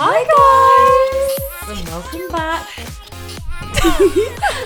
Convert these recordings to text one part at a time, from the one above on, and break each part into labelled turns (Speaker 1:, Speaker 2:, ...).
Speaker 1: Hi guys! And welcome back.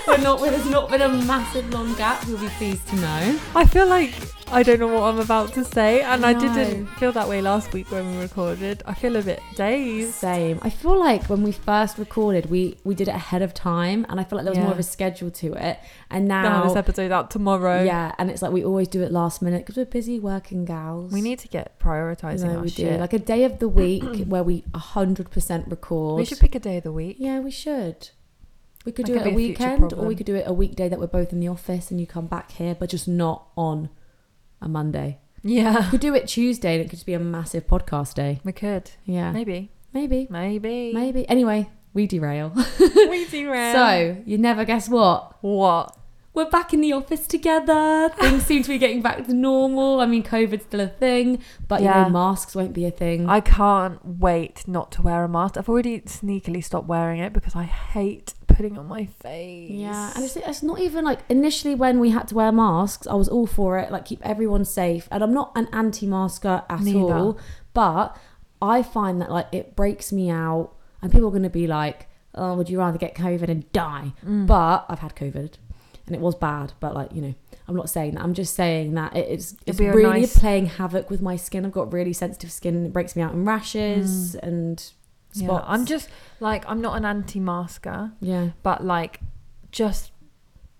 Speaker 1: We're not, there's not been a massive long gap, you'll be pleased to know.
Speaker 2: I feel like I don't know what I'm about to say, and I
Speaker 1: No.
Speaker 2: didn't feel that way last week when we recorded. I feel a bit dazed.
Speaker 1: Same. I feel like when we first recorded, we, we did it ahead of time, and I feel like there was
Speaker 2: Yeah.
Speaker 1: more of a schedule to it. And
Speaker 2: Now
Speaker 1: now,
Speaker 2: this episode out tomorrow.
Speaker 1: yeah, and it's like we always do it last minute because we're busy working gals.
Speaker 2: we need to get prioritizing
Speaker 1: no,
Speaker 2: our
Speaker 1: we do.
Speaker 2: shit.
Speaker 1: Like a day of the week where we 100% record.
Speaker 2: we should pick a day of the week.
Speaker 1: Yeah, we should. We could
Speaker 2: That
Speaker 1: do
Speaker 2: could
Speaker 1: it a
Speaker 2: be a future
Speaker 1: weekend, or we
Speaker 2: problem.
Speaker 1: could do it a weekday that we're both in the office and you come back here, but just not on a Monday. We
Speaker 2: Yeah,
Speaker 1: could do it Tuesday, and it could just be a massive podcast day.
Speaker 2: we could.
Speaker 1: Yeah,
Speaker 2: Maybe,
Speaker 1: maybe,
Speaker 2: maybe,
Speaker 1: maybe. Anyway, we derail.
Speaker 2: we do. So
Speaker 1: so you never guess what.
Speaker 2: what?
Speaker 1: We're back in the office together. Things seem to be getting back to normal. I mean, COVID's still a thing, but you
Speaker 2: Yeah.
Speaker 1: know, masks won't be a thing.
Speaker 2: I can't wait not to wear a mask. I've already sneakily stopped wearing it because I hate putting it on my face.
Speaker 1: Yeah, and it's, it's not even like initially when we had to wear masks, I was all for it, like keep everyone safe. And I'm not an anti-masker at
Speaker 2: Neither.
Speaker 1: all, but I find that like it breaks me out, and people are going to be like, "Oh, would you rather get COVID and die?"
Speaker 2: Mm.
Speaker 1: But I've had COVID, and it was bad. But like you know, I'm not saying that. I'm just saying that it, it's it's
Speaker 2: be a
Speaker 1: really
Speaker 2: nice-
Speaker 1: playing havoc with my skin. I've got really sensitive skin. and It breaks me out in
Speaker 2: Mm.
Speaker 1: rashes and spots.
Speaker 2: Yeah, I'm just like I'm not an anti-masker,
Speaker 1: yeah.
Speaker 2: but like just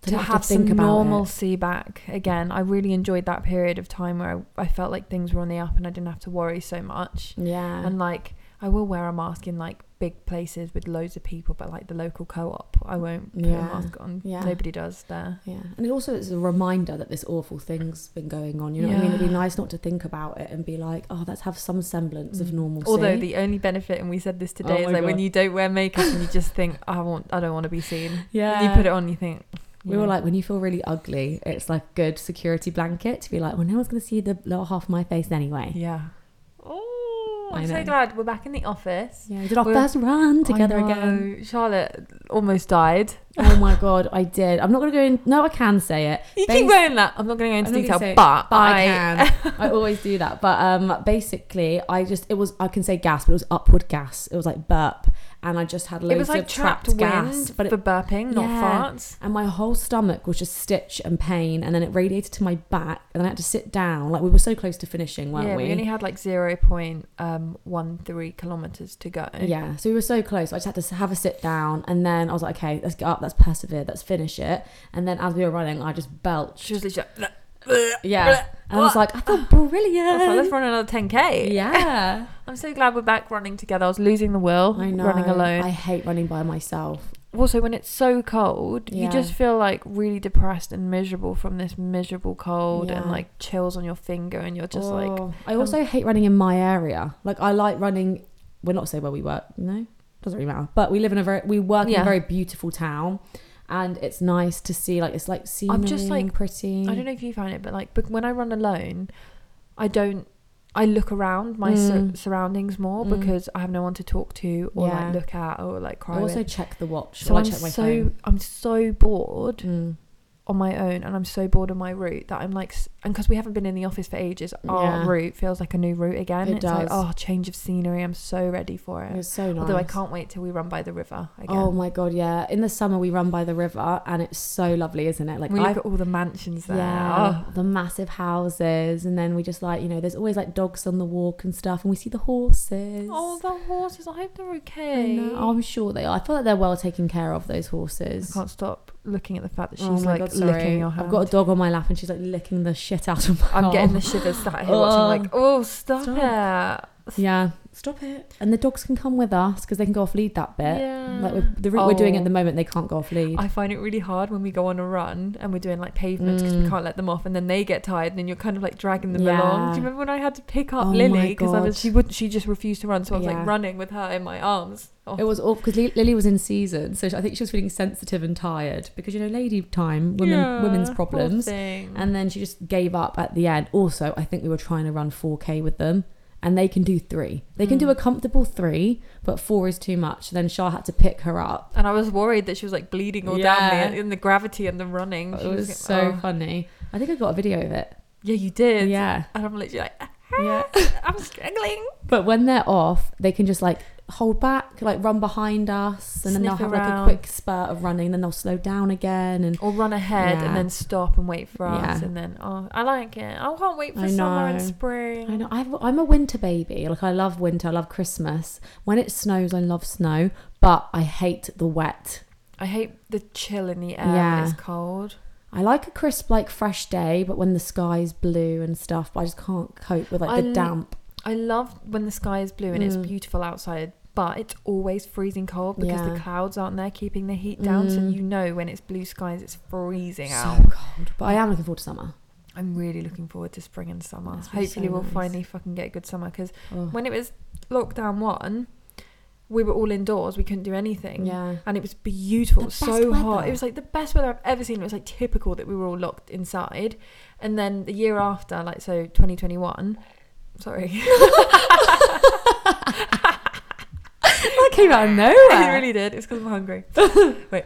Speaker 1: To
Speaker 2: to,
Speaker 1: not have to
Speaker 2: have
Speaker 1: think
Speaker 2: some
Speaker 1: about it.
Speaker 2: normalcy back again. I really enjoyed that period of time where I, I felt like things were on the up and I didn't have to worry so much.
Speaker 1: Yeah.
Speaker 2: And like I will wear a mask in like big places with loads of people, but like the local co-op, I won't put
Speaker 1: Yeah.
Speaker 2: a mask on.
Speaker 1: Yeah.
Speaker 2: Nobody does there.
Speaker 1: Yeah, and it also it's a reminder that this awful thing's been going on. You know what I mean? It'd be
Speaker 2: Yeah.
Speaker 1: nice not to think about it and be like, oh, let's have some semblance of
Speaker 2: Mm.
Speaker 1: normalcy.
Speaker 2: Although the only benefit, and we said this today,
Speaker 1: Oh
Speaker 2: is
Speaker 1: my
Speaker 2: like when
Speaker 1: God.
Speaker 2: you don't wear makeup and you just think, I want, I don't want to be seen.
Speaker 1: yeah,
Speaker 2: You put it on, you think.
Speaker 1: We were like, when you feel really ugly, it's like a good security blanket to be like, well, no one's gonna see the lower half of my face anyway.
Speaker 2: yeah. Oh,
Speaker 1: I
Speaker 2: I'm so
Speaker 1: know.
Speaker 2: glad we're back in the office.
Speaker 1: Yeah, we did our
Speaker 2: We're-
Speaker 1: first run
Speaker 2: I
Speaker 1: together
Speaker 2: know.
Speaker 1: again.
Speaker 2: Charlotte almost died.
Speaker 1: Oh my god, I did. I'm not gonna go in. No, I can say it.
Speaker 2: You
Speaker 1: Basi-
Speaker 2: keep wearing that. I'm not going to go into
Speaker 1: I'm not
Speaker 2: detail,
Speaker 1: gonna say-
Speaker 2: but,
Speaker 1: but I can. I always do that. But um, basically, I just it was I can say gas, but it was upward gas. It was like burp, and I just had loads
Speaker 2: It was like
Speaker 1: of trapped,
Speaker 2: trapped wind
Speaker 1: gas. But
Speaker 2: for
Speaker 1: it,
Speaker 2: burping,
Speaker 1: Yeah.
Speaker 2: not farts.
Speaker 1: and my whole stomach was just stitch and pain, and then it radiated to my back, and then I had to sit down. Like we were so close to finishing, weren't
Speaker 2: yeah,
Speaker 1: we?
Speaker 2: we only had like 0.13 kilometers to go.
Speaker 1: yeah, so we were so close. I just had to s- have a sit down, and then I was like, okay, let's get up, let's persevere, let's finish it. And then as we were running, I just belched.
Speaker 2: She was literally like,
Speaker 1: Yeah, and I was like, I feel brilliant.
Speaker 2: I was like, let's run another 10k.
Speaker 1: yeah.
Speaker 2: I'm so glad we're back running together. I was losing the will
Speaker 1: I know.
Speaker 2: running alone.
Speaker 1: I hate running by myself.
Speaker 2: also, when it's so cold,
Speaker 1: Yeah.
Speaker 2: you just feel like really depressed and miserable from this miserable cold and
Speaker 1: Yeah.
Speaker 2: like chills on your finger, and you're just like, um,
Speaker 1: Oh. I also hate running in my area. Like I like running. We're not say where we work. No, doesn't really matter. But we live in a very we work in
Speaker 2: Yeah.
Speaker 1: a very beautiful town, and it's nice to see. Like it's like scenery.
Speaker 2: I'm just, like-
Speaker 1: and pretty.
Speaker 2: I don't know if you find it, but like, but when I run alone, I don't. I look around my sur-
Speaker 1: Mm.
Speaker 2: surroundings more
Speaker 1: Mm.
Speaker 2: because I have no one to talk to or
Speaker 1: Yeah.
Speaker 2: like look at or like cry
Speaker 1: I also
Speaker 2: with.
Speaker 1: check the watch.
Speaker 2: So
Speaker 1: So I
Speaker 2: I'm
Speaker 1: check my
Speaker 2: so
Speaker 1: phone.
Speaker 2: I'm so bored
Speaker 1: Mm.
Speaker 2: on my own, and I'm so bored on my route that I'm like, s- and because we haven't been in the office for ages, our
Speaker 1: Yeah.
Speaker 2: route feels like a new route again.
Speaker 1: It
Speaker 2: it's like
Speaker 1: does.
Speaker 2: oh, change of scenery. I'm so ready for it.
Speaker 1: It was so nice.
Speaker 2: Although I can't wait till we run by the river again.
Speaker 1: Oh my god, yeah! In the summer we run by the river, and it's so lovely, isn't it? Like
Speaker 2: we
Speaker 1: I
Speaker 2: look at all the mansions there.
Speaker 1: Yeah,
Speaker 2: Oh.
Speaker 1: the massive houses, and then we just like you know, there's always like dogs on the walk and stuff, and we see the horses.
Speaker 2: Oh, the horses! I hope they're
Speaker 1: I
Speaker 2: okay.
Speaker 1: know, I'm sure they are. I feel like they're well taken care of. Those
Speaker 2: I
Speaker 1: horses.
Speaker 2: can't stop looking at the fact that she's
Speaker 1: Oh my
Speaker 2: like
Speaker 1: God, sorry.
Speaker 2: licking your hand.
Speaker 1: I've got a dog on my lap, and she's like licking the shit out of my.
Speaker 2: I'm getting
Speaker 1: arm.
Speaker 2: the shivers sat here watching, like, oh, stop, it.
Speaker 1: yeah. Stop it. And the dogs can come with us because they can go off lead that bit.
Speaker 2: Yeah.
Speaker 1: Like with the route we're doing
Speaker 2: Oh.
Speaker 1: at the moment, they can't go off lead.
Speaker 2: I find it really hard when we go on a run and we're doing like pavements because we
Speaker 1: Mm.
Speaker 2: can't let them off, and then they get tired, and then you're kind of like dragging them
Speaker 1: Yeah.
Speaker 2: along. Do you remember when I had to pick up
Speaker 1: Oh my
Speaker 2: Lily because I
Speaker 1: God.
Speaker 2: was she would not she just refused to run, so I was
Speaker 1: Yeah.
Speaker 2: like running with her in my arms. Oh.
Speaker 1: It was awful because Lily was in season, so I think she was feeling sensitive and tired because you know, lady time, women,
Speaker 2: Yeah,
Speaker 1: women's
Speaker 2: poor
Speaker 1: problems.
Speaker 2: thing.
Speaker 1: And then she just gave up at the end. Also, I think we were trying to run 4K with them, and they can do three. They
Speaker 2: Mm.
Speaker 1: can do a comfortable three, but four is too much. Then Shah had to pick her up.
Speaker 2: And I was worried that she was like bleeding all
Speaker 1: Yeah.
Speaker 2: down me in the gravity and the running.
Speaker 1: It
Speaker 2: She
Speaker 1: was so
Speaker 2: getting- oh.
Speaker 1: funny. I think I got a video of it.
Speaker 2: Yeah, you did.
Speaker 1: yeah.
Speaker 2: And I'm literally like,
Speaker 1: Yeah.
Speaker 2: I'm struggling.
Speaker 1: But when they're off, they can just like hold back, like run behind us, and then they'll
Speaker 2: Sniff
Speaker 1: have like a
Speaker 2: around.
Speaker 1: quick spurt of running, then they'll slow down again, and
Speaker 2: Or run ahead
Speaker 1: Yeah.
Speaker 2: and then stop and wait for us,
Speaker 1: Yeah.
Speaker 2: and then oh, I like it. I can't wait for
Speaker 1: I
Speaker 2: summer
Speaker 1: know.
Speaker 2: and
Speaker 1: I
Speaker 2: spring.
Speaker 1: know I've, I'm a winter baby. Like I love winter, I love Christmas. When it snows, I love snow, but I hate the wet.
Speaker 2: I hate the chill in the air. when
Speaker 1: Yeah.
Speaker 2: It's cold.
Speaker 1: I like a crisp, like fresh day, but when the sky's blue and stuff, but I just can't cope with like
Speaker 2: I
Speaker 1: the
Speaker 2: l-
Speaker 1: damp.
Speaker 2: I love when the sky is blue and it's
Speaker 1: Mm.
Speaker 2: beautiful outside, but it's always freezing cold because the
Speaker 1: Yeah.
Speaker 2: clouds aren't there keeping the heat down. So
Speaker 1: Mm.
Speaker 2: you know when it's blue skies, it's freezing
Speaker 1: So
Speaker 2: out.
Speaker 1: cold. But I am looking forward to summer.
Speaker 2: I'm really looking forward to spring and summer.
Speaker 1: That's really so
Speaker 2: Hopefully, we'll
Speaker 1: nice.
Speaker 2: finally fucking get a good summer because
Speaker 1: Oh.
Speaker 2: when it was lockdown one, we were all indoors. We couldn't do anything.
Speaker 1: yeah.
Speaker 2: and it was beautiful,
Speaker 1: The best
Speaker 2: so hot.
Speaker 1: weather.
Speaker 2: It was like the best weather I've ever seen. It was like typical that we were all locked inside, and then the year
Speaker 1: Mm.
Speaker 2: after, like so, 2021. Sorry,
Speaker 1: That came out of nowhere.
Speaker 2: it really did. It's because I'm hungry. Wait,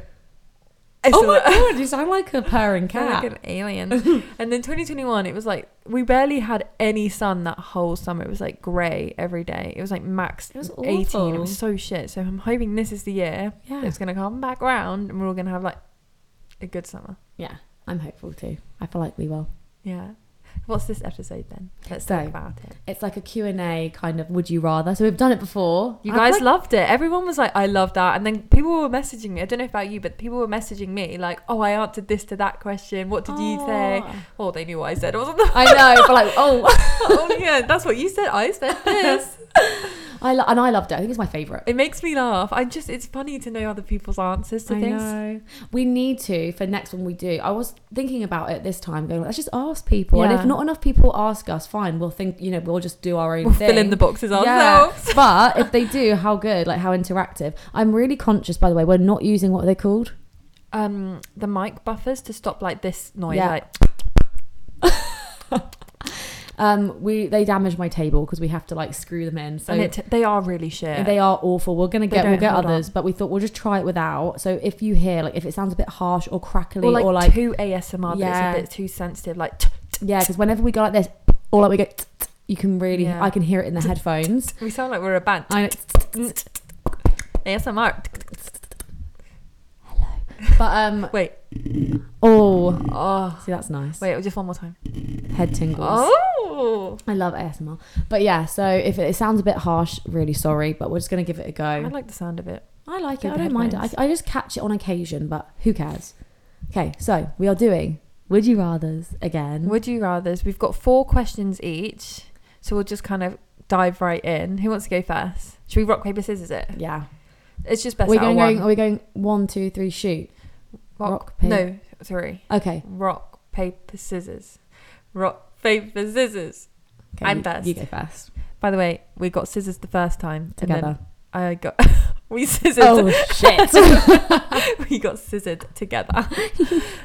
Speaker 2: I
Speaker 1: oh
Speaker 2: saw
Speaker 1: my
Speaker 2: it.
Speaker 1: god, you sound like a purring
Speaker 2: Sound
Speaker 1: cat.
Speaker 2: like an alien. and then 2021, it was like we barely had any sun that whole summer. It was like grey every day. It was like max
Speaker 1: It was
Speaker 2: 18. It
Speaker 1: awful.
Speaker 2: was so shit. So I'm hoping this is the year
Speaker 1: Yeah.
Speaker 2: it's gonna come back round, and we're all gonna have like a good summer.
Speaker 1: yeah, I'm hopeful too. I feel like we will.
Speaker 2: Yeah. What's this episode then? Let's
Speaker 1: So,
Speaker 2: talk about it.
Speaker 1: It's like a Q&A kind of would you rather. So we've done it before.
Speaker 2: You
Speaker 1: I'd
Speaker 2: guys
Speaker 1: like-
Speaker 2: loved it. Everyone was like, I love that. And then people were messaging me. I don't know about you, but people were messaging me like, oh, I answered this to that question. What did you say?
Speaker 1: Oh.
Speaker 2: Oh, they knew what I said. It wasn't the
Speaker 1: I know, but like, oh,
Speaker 2: oh, yeah, that's what you said. I said this.
Speaker 1: I lo- and I loved it. I think it's my favorite.
Speaker 2: it makes me laugh. I just, it's funny to know other people's answers to
Speaker 1: I
Speaker 2: things.
Speaker 1: know. We need to for next one we do. I was thinking about it this time, going, let's just ask people. And
Speaker 2: Yeah.
Speaker 1: if not enough people ask us, fine, we'll think, you know, we'll just do our own
Speaker 2: We'll
Speaker 1: thing.
Speaker 2: fill in the boxes
Speaker 1: Yeah.
Speaker 2: ourselves.
Speaker 1: but if they do, how good, like how interactive. I'm really conscious, by the way, we're not using what are they called?
Speaker 2: Um, the mic buffers to stop like this noise.
Speaker 1: Yeah.
Speaker 2: Like,
Speaker 1: Um, we they damage my table because we have to like screw them in. So
Speaker 2: and it they are really shit.
Speaker 1: they are awful. We're gonna
Speaker 2: They
Speaker 1: get we'll
Speaker 2: don't
Speaker 1: get
Speaker 2: hold
Speaker 1: others, but we thought we'll just try it without. So if you hear like if it sounds a bit harsh or crackly
Speaker 2: or like,
Speaker 1: or like
Speaker 2: too ASMR,
Speaker 1: Yeah.
Speaker 2: but it's a bit too sensitive. Like,
Speaker 1: yeah, because whenever we go like this or like we go, t- t- you can really
Speaker 2: Yeah.
Speaker 1: I can hear it in the headphones.
Speaker 2: We sound like we're a band.
Speaker 1: I,
Speaker 2: ASMR.
Speaker 1: but um
Speaker 2: Wait.
Speaker 1: oh
Speaker 2: Oh.
Speaker 1: see that's nice
Speaker 2: Wait, just one more time.
Speaker 1: head tingles.
Speaker 2: Oh.
Speaker 1: I love ASMR, but yeah. So if it, it sounds a bit harsh, really sorry, but we're just gonna give it a go.
Speaker 2: I like the sound of it.
Speaker 1: I like it.
Speaker 2: Big
Speaker 1: I don't mind it.
Speaker 2: headphones.
Speaker 1: I, I just catch it on occasion, but who cares? Okay, so we are doing would you rather's again.
Speaker 2: Would you rathers? We've got four questions each, so we'll just kind of dive right in. Who wants to go first? Should we rock paper scissors it?
Speaker 1: yeah,
Speaker 2: It's just best
Speaker 1: we're
Speaker 2: out
Speaker 1: going,
Speaker 2: of one.
Speaker 1: going. Are we going one, two, three? Shoot.
Speaker 2: rock,
Speaker 1: rock, paper-
Speaker 2: No, three.
Speaker 1: Okay.
Speaker 2: Rock paper scissors. Rock paper scissors.
Speaker 1: okay
Speaker 2: I'm
Speaker 1: you,
Speaker 2: first.
Speaker 1: You go first.
Speaker 2: By the way, we got scissors the first time and then
Speaker 1: Together.
Speaker 2: I got we scissors.
Speaker 1: Oh shit.
Speaker 2: we got scissored together.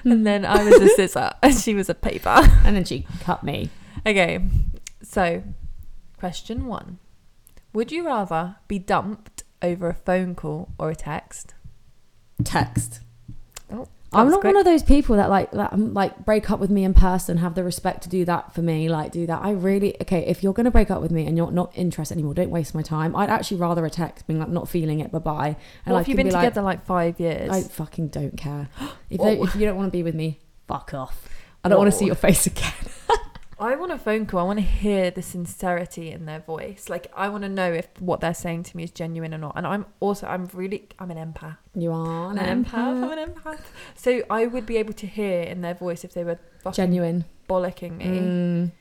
Speaker 2: and then I was a scissor and she was a paper.
Speaker 1: and then she cut me.
Speaker 2: Okay, so question one Would you rather be dumped over a phone call or a text?
Speaker 1: Text.
Speaker 2: Oh,
Speaker 1: I'm
Speaker 2: was
Speaker 1: not
Speaker 2: quick.
Speaker 1: one of those people that like that um, like break up with me in person, have the respect to do that for me, like do that. I really okay, if you're gonna break up with me and you're not interested anymore, don't waste my time. I'd actually rather a text being like not feeling it, bye bye. And
Speaker 2: What
Speaker 1: I
Speaker 2: if you've
Speaker 1: can
Speaker 2: been
Speaker 1: be like,
Speaker 2: together like, five years?
Speaker 1: I fucking don't care. If,
Speaker 2: Whoa.
Speaker 1: they, if you don't want to be with me, fuck off. I don't want to
Speaker 2: Whoa.
Speaker 1: see your face again.
Speaker 2: I want a phone call. I want to hear the sincerity in their voice. Like, I want to know if what they're saying to me is genuine or not. And I'm also, I'm really, I'm an empath.
Speaker 1: You are
Speaker 2: I'm an empath. I'm an empath. So I would be able to hear in their voice if they were fucking
Speaker 1: Genuine.
Speaker 2: bollocking me.
Speaker 1: Mm.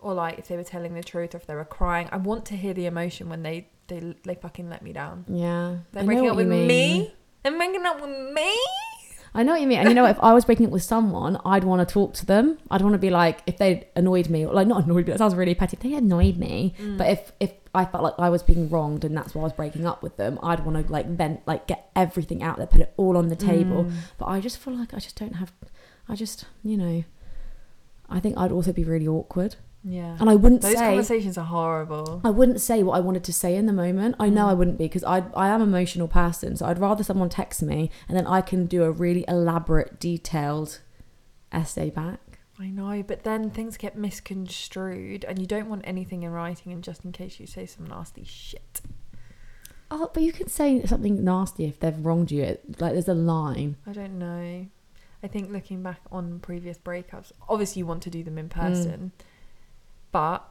Speaker 2: or like if they were telling the truth or if they were crying. I want to hear the emotion when they they they fucking let me down.
Speaker 1: Yeah.
Speaker 2: They're
Speaker 1: I know
Speaker 2: breaking up
Speaker 1: what
Speaker 2: with
Speaker 1: you mean.
Speaker 2: me. They're breaking up with me.
Speaker 1: I know what you mean. And you know, what? if I was breaking up with someone, I'd want to talk to them. I'd want to be like, if they annoyed me, or like not annoyed me, that sounds really petty. If they annoyed me, but if if I felt like I was being wronged and that's why I was breaking up with them, I'd want to like vent, like get everything out there, put it all on the table. But I just feel like I just don't have, I just, you know, I think I'd also be really awkward.
Speaker 2: Yeah.
Speaker 1: And I wouldn't
Speaker 2: Those
Speaker 1: say
Speaker 2: conversations are horrible.
Speaker 1: I wouldn't say what I wanted to say in the moment. I know
Speaker 2: Mm.
Speaker 1: I wouldn't be because I I am an emotional person, so I'd rather someone text me and then I can do a really elaborate, detailed essay back.
Speaker 2: I know, but then things get misconstrued and you don't want anything in writing and just in case you say some nasty shit.
Speaker 1: Oh, but you can say something nasty if they've wronged you. It- Like there's a line.
Speaker 2: I don't know. I think looking back on previous breakups, obviously you want to do them
Speaker 1: Mm.
Speaker 2: in person, but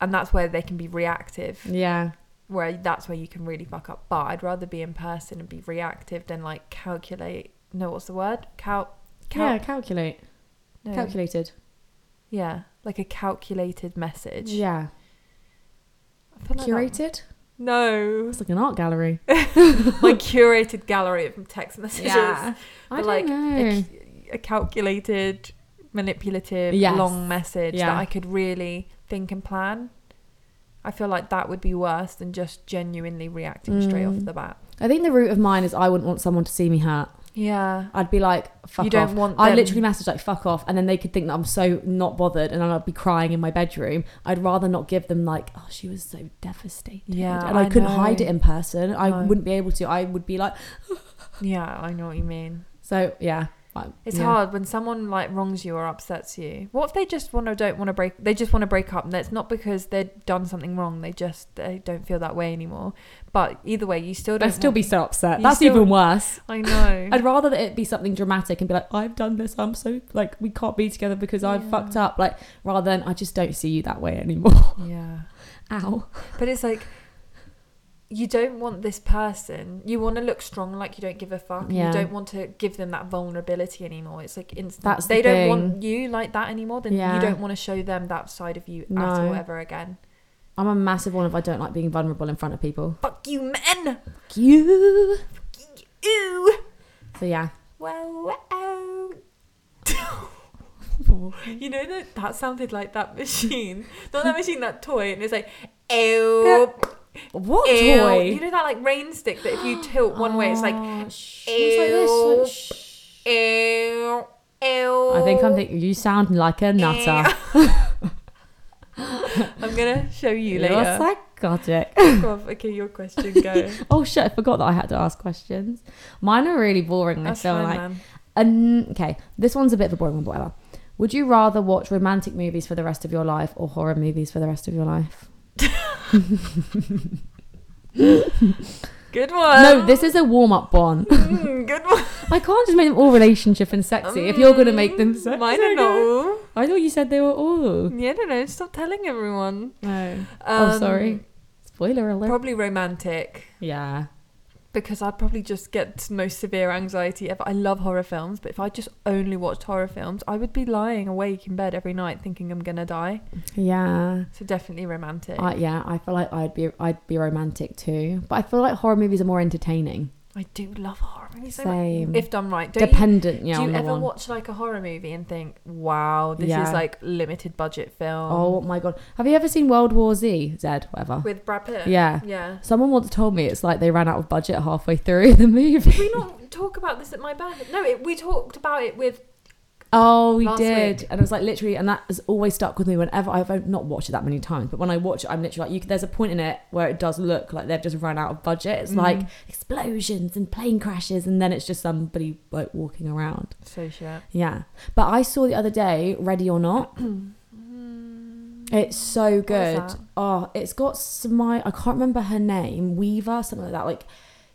Speaker 2: and that's where they can be reactive,
Speaker 1: Yeah.
Speaker 2: where that's where you can really fuck up. But I'd rather be in person and be reactive than like calculate. No, what's the word? Cal. cal-
Speaker 1: yeah, calculate. Oh.
Speaker 2: no.
Speaker 1: Calculated.
Speaker 2: Yeah, like a calculated message.
Speaker 1: Yeah.
Speaker 2: I feel like that-
Speaker 1: Curated?
Speaker 2: No,
Speaker 1: It's like an art gallery.
Speaker 2: my curated gallery of text messages.
Speaker 1: I
Speaker 2: But
Speaker 1: don't
Speaker 2: like
Speaker 1: know.
Speaker 2: a, c- a calculated, manipulative,
Speaker 1: Yes.
Speaker 2: long message
Speaker 1: Yeah.
Speaker 2: that I could really think and plan. I feel like that would be worse than just genuinely reacting straight off
Speaker 1: Mm.
Speaker 2: the bat.
Speaker 1: I think the root of mine is I wouldn't want someone to see me hurt.
Speaker 2: Yeah.
Speaker 1: I'd be like, fuck
Speaker 2: you don't
Speaker 1: off.
Speaker 2: want.
Speaker 1: I
Speaker 2: them-
Speaker 1: literally message like fuck off, and then they could think that I'm so not bothered, and I'd be crying in my bedroom. I'd rather not give them like, oh, she was so devastated,
Speaker 2: Yeah,
Speaker 1: and I,
Speaker 2: I
Speaker 1: couldn't
Speaker 2: know.
Speaker 1: hide it in person. I
Speaker 2: No.
Speaker 1: wouldn't be able to. I would be like,
Speaker 2: Yeah, I know what you mean.
Speaker 1: so yeah, I-
Speaker 2: It's
Speaker 1: yeah.
Speaker 2: hard when someone like wrongs you or upsets you. What if they just want to don't want to break? They just want to break up, and that's not because they've done something wrong. They just they don't feel that way anymore. But either way, you still don't.
Speaker 1: I'd still
Speaker 2: want-
Speaker 1: be so upset.
Speaker 2: You
Speaker 1: That's
Speaker 2: still-
Speaker 1: even worse.
Speaker 2: I know.
Speaker 1: I'd rather that it be something dramatic and be like, I've done this. I'm so like, we can't be together because I've
Speaker 2: Yeah.
Speaker 1: fucked up. Like, rather than I just don't see you that way anymore.
Speaker 2: yeah.
Speaker 1: Ow.
Speaker 2: But it's like you don't want this person. You want to look strong, like you don't give a fuck. and
Speaker 1: Yeah.
Speaker 2: You don't want to give them that vulnerability anymore. It's like instant.
Speaker 1: That's the
Speaker 2: they don't
Speaker 1: thing.
Speaker 2: want you like that anymore. Then
Speaker 1: Yeah.
Speaker 2: you don't want to show them that side of you at
Speaker 1: No.
Speaker 2: all ever again.
Speaker 1: I'm a massive one if I don't like being vulnerable in front of people.
Speaker 2: Fuck you, men.
Speaker 1: Fuck you.
Speaker 2: Ew.
Speaker 1: So yeah.
Speaker 2: Wow. wow. You know that that sounded like that machine, not that machine, that toy, and it's like, ew,
Speaker 1: What
Speaker 2: ew.
Speaker 1: toy?
Speaker 2: You know that like rain stick that if you tilt one way, it's like
Speaker 1: Oh, shh. It's like this, like, shh.
Speaker 2: Ew. Ew.
Speaker 1: I think I'm thinking you sound like a nutter.
Speaker 2: I'm gonna show you
Speaker 1: You're
Speaker 2: later.
Speaker 1: psychotic.
Speaker 2: Fuck off. Okay, your question go.
Speaker 1: Oh shit! I forgot that I had to ask questions. Mine are really boring. I
Speaker 2: That's
Speaker 1: feel
Speaker 2: fine,
Speaker 1: like.
Speaker 2: man.
Speaker 1: Um, okay, this one's a bit of a boring one, but whatever. Would you rather watch romantic movies for the rest of your life or horror movies for the rest of your life?
Speaker 2: Good one.
Speaker 1: no, this is a warm-up one.
Speaker 2: Mm, good one.
Speaker 1: I can't just make them all relationship and sexy. if you're gonna make them
Speaker 2: Mm,
Speaker 1: sexy,
Speaker 2: Mine are not all.
Speaker 1: I thought you said they were all.
Speaker 2: Yeah, I don't know. Stop telling everyone.
Speaker 1: No.
Speaker 2: Um,
Speaker 1: oh, sorry. Spoiler alert.
Speaker 2: Probably romantic.
Speaker 1: yeah.
Speaker 2: Because I'd probably just get the most severe anxiety ever. I love horror films, but if I just only watched horror films, I would be lying awake in bed every night thinking I'm gonna die.
Speaker 1: Yeah.
Speaker 2: So definitely romantic.
Speaker 1: I, yeah, I feel like I'd be I'd be romantic too, but I feel like horror movies are more entertaining.
Speaker 2: I do love horror movies so much.
Speaker 1: Same.
Speaker 2: If done right. Don't you,
Speaker 1: Dependent, yeah.
Speaker 2: do
Speaker 1: on
Speaker 2: you
Speaker 1: the
Speaker 2: ever
Speaker 1: one.
Speaker 2: watch like a horror movie and think, wow, this
Speaker 1: Yeah.
Speaker 2: is like limited budget film
Speaker 1: oh my god, have you ever seen World War Z? Z, whatever.
Speaker 2: with Brad Pitt?
Speaker 1: Yeah.
Speaker 2: Yeah.
Speaker 1: Someone once told me it's like they ran out of budget halfway through the movie.
Speaker 2: Did we not talk about this at my birthday? No, it, we talked about it with.
Speaker 1: Oh, we
Speaker 2: Last
Speaker 1: did,
Speaker 2: week.
Speaker 1: and it was like literally, and that has always stuck with me. Whenever I've not watched it that many times, but when I watch it, I'm literally like, you, there's a point in it where it does look like they've just run out of budget.
Speaker 2: Mm-hmm.
Speaker 1: It's like explosions and plane crashes, and then it's just somebody like walking around.
Speaker 2: So shit.
Speaker 1: Yeah, but I saw the other day, Ready or Not.
Speaker 2: Hmm.
Speaker 1: It's so good.
Speaker 2: that?
Speaker 1: Oh, it's got Smile. I can't remember her name. Weaver, something like that. Like,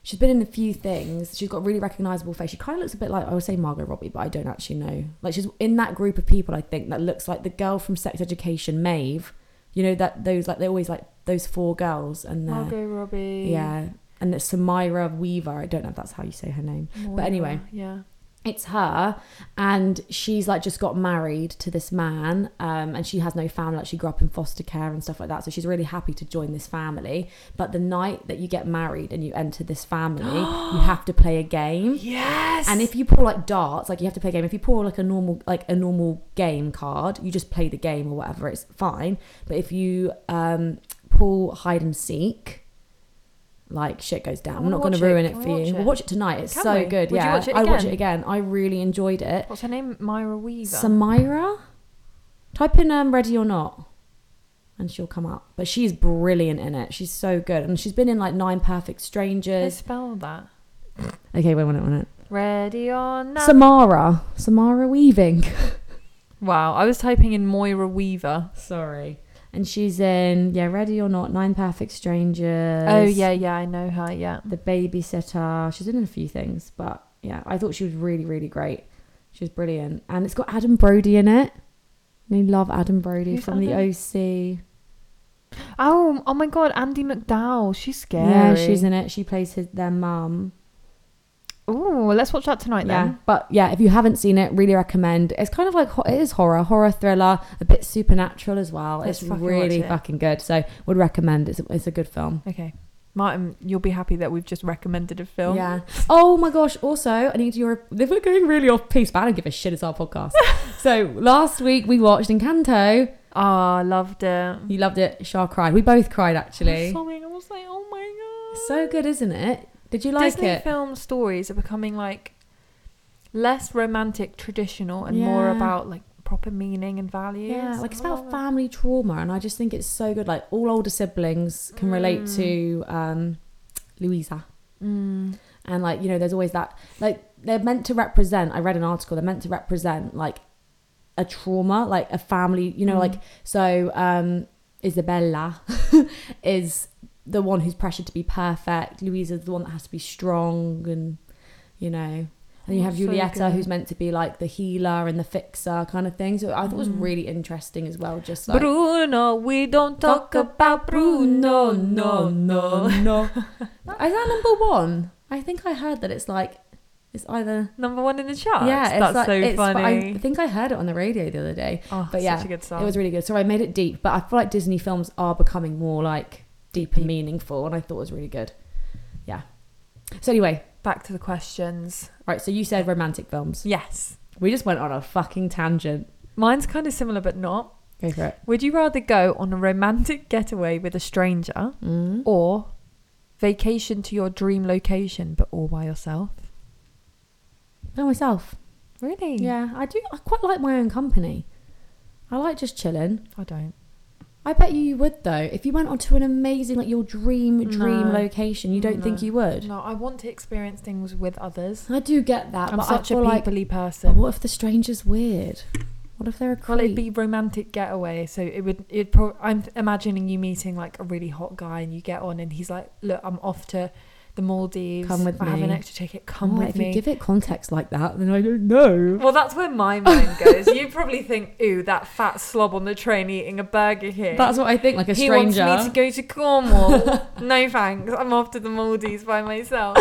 Speaker 1: she's been in a few things. She's got a really recognizable face. She kind of looks a bit like I would say Margot Robbie, but I don't actually know. Like, she's in that group of people I think that looks like the girl from Sex Education, Maeve. You know that those like they always like those four girls and they're-
Speaker 2: Margot Robbie.
Speaker 1: yeah, and it's Samira Weaver. I don't know if that's how you say her name
Speaker 2: Moira,
Speaker 1: anyway.
Speaker 2: Yeah.
Speaker 1: it's her and she's like just got married to this man um, and she has no family like she grew up in foster care and stuff like that so she's really happy to join this family but the night that you get married and you enter this family you have to play a game
Speaker 2: Yes.
Speaker 1: and if you pull like darts, like you have to play a game. If you pull like a normal like a normal game card, you just play the game or whatever. It's fine. But if you um pull hide and seek, like shit goes down.
Speaker 2: I
Speaker 1: I'm
Speaker 2: wanna
Speaker 1: not going to
Speaker 2: watch it.
Speaker 1: ruin it
Speaker 2: Can we
Speaker 1: for you.
Speaker 2: watch it?
Speaker 1: We'll watch it tonight. It's
Speaker 2: Can
Speaker 1: so
Speaker 2: we?
Speaker 1: good.
Speaker 2: Would you
Speaker 1: yeah,
Speaker 2: watch it
Speaker 1: I watch
Speaker 2: again?
Speaker 1: it again. I really enjoyed it.
Speaker 2: What's her name? Myra Weaver.
Speaker 1: Samira, type in um, "ready or not," and she'll come up. But she's brilliant in it. She's so good, and she's been in like Nine Perfect
Speaker 2: How do you
Speaker 1: Strangers.
Speaker 2: spell that.
Speaker 1: Okay, wait a minute, wait a minute.
Speaker 2: Ready or not?
Speaker 1: Samara, Samara Weaving.
Speaker 2: wow, I was typing in Moira Weaver.
Speaker 1: Sorry. and she's in yeah, Ready or Not, Nine Perfect Strangers.
Speaker 2: Oh yeah, yeah, I know her. Yeah.
Speaker 1: The Babysitter. She's in a few things, but yeah, I thought she was really, really great. She was brilliant, and it's got Adam Brody in it. We love Adam Brody
Speaker 2: Who's
Speaker 1: from the
Speaker 2: Adam?
Speaker 1: OC.
Speaker 2: Oh, oh my God, Andy McDowell. She's scary.
Speaker 1: Yeah, she's in it. She plays his, their mum.
Speaker 2: Ooh, let's watch that tonight
Speaker 1: Yeah,
Speaker 2: then.
Speaker 1: but yeah, if you haven't seen it, really recommend. It's kind of like ho- it is horror, horror thriller, a bit supernatural as well.
Speaker 2: Let's
Speaker 1: it's
Speaker 2: fucking
Speaker 1: really
Speaker 2: watch it.
Speaker 1: fucking good. So would recommend. It's a, it's a good film.
Speaker 2: Okay, Martin, you'll be happy that we've just recommended a film.
Speaker 1: Yeah. Oh my gosh. Also, I need your. If we're going really off piece, but I don't give a shit. It's our podcast. so last week we watched Encanto.
Speaker 2: Ah, loved it.
Speaker 1: You loved it. Shah cried. We both cried
Speaker 2: I was
Speaker 1: actually.
Speaker 2: sobbing, I was like, oh my god.
Speaker 1: So good, isn't it? Did you like
Speaker 2: Disney
Speaker 1: it?
Speaker 2: film stories are becoming like less romantic, traditional, and more
Speaker 1: Yeah.
Speaker 2: about like proper meaning and values.
Speaker 1: Yeah, like it's
Speaker 2: I
Speaker 1: about
Speaker 2: love it.
Speaker 1: family trauma, and I just think it's so good. Like all older siblings can relate
Speaker 2: Mm.
Speaker 1: to um, Louisa,
Speaker 2: Mm.
Speaker 1: and like you know, there's always that like they're meant to represent. I read an article. They're meant to represent like a trauma, like a family. You know,
Speaker 2: Mm.
Speaker 1: like so um, Isabella is the one who's pressured to be perfect. Louisa's the one that has to be strong, and you know. And you have
Speaker 2: Oh, That's so
Speaker 1: Julieta,
Speaker 2: good.
Speaker 1: who's meant to be like the healer and the fixer kind of thing. So I thought it was
Speaker 2: Mm.
Speaker 1: really interesting as well. Just like,
Speaker 2: Bruno, we don't talk about Bruno, no, no.
Speaker 1: no. Is that number one? I think I heard that it's like it's either
Speaker 2: Number one in the charts.
Speaker 1: yeah, it's
Speaker 2: that's
Speaker 1: like,
Speaker 2: so
Speaker 1: it's, but I
Speaker 2: funny.
Speaker 1: think I heard it on the radio the other day.
Speaker 2: oh,
Speaker 1: but yeah,
Speaker 2: such a good song.
Speaker 1: It was really good. So I made it deep, but I feel like Disney films are becoming more like deep and meaningful, and I thought it was really good. Yeah. So anyway,
Speaker 2: Back to the questions.
Speaker 1: right. So you said romantic films.
Speaker 2: Yes,
Speaker 1: We just went on a fucking tangent.
Speaker 2: mine's kind of similar, but not.
Speaker 1: Go for it.
Speaker 2: Would you rather go on a romantic getaway with a stranger?
Speaker 1: Mm.
Speaker 2: or vacation to your dream location but all by yourself
Speaker 1: No, myself.
Speaker 2: really
Speaker 1: Yeah, I do. I quite like my own company. I like just chilling.
Speaker 2: i don't
Speaker 1: I bet you you would though. If you went on to an amazing, like your dream, dream
Speaker 2: No.
Speaker 1: location, you don't think
Speaker 2: No.
Speaker 1: you would.
Speaker 2: no i want to experience things with others
Speaker 1: I do get that,
Speaker 2: i'm
Speaker 1: but
Speaker 2: such
Speaker 1: I
Speaker 2: a
Speaker 1: feel like,
Speaker 2: peoply
Speaker 1: but
Speaker 2: person
Speaker 1: what if the stranger's weird? What if they're a
Speaker 2: well
Speaker 1: creep?
Speaker 2: it'd be romantic getaway so it would it pro- i'm imagining you meeting like a really hot guy and you get on and he's like look i'm off to the maldives
Speaker 1: Come with
Speaker 2: i have an
Speaker 1: me."
Speaker 2: extra ticket
Speaker 1: Oh,
Speaker 2: come with
Speaker 1: if
Speaker 2: me
Speaker 1: you give it context like that, then I don't know.
Speaker 2: well, that's where my mind goes. You probably think, "Ooh, that fat slob on the train eating a Burger King."
Speaker 1: That's what I think. Like a
Speaker 2: he
Speaker 1: stranger.
Speaker 2: wants me to go to Cornwall. no thanks. I'm off to the Maldives by myself.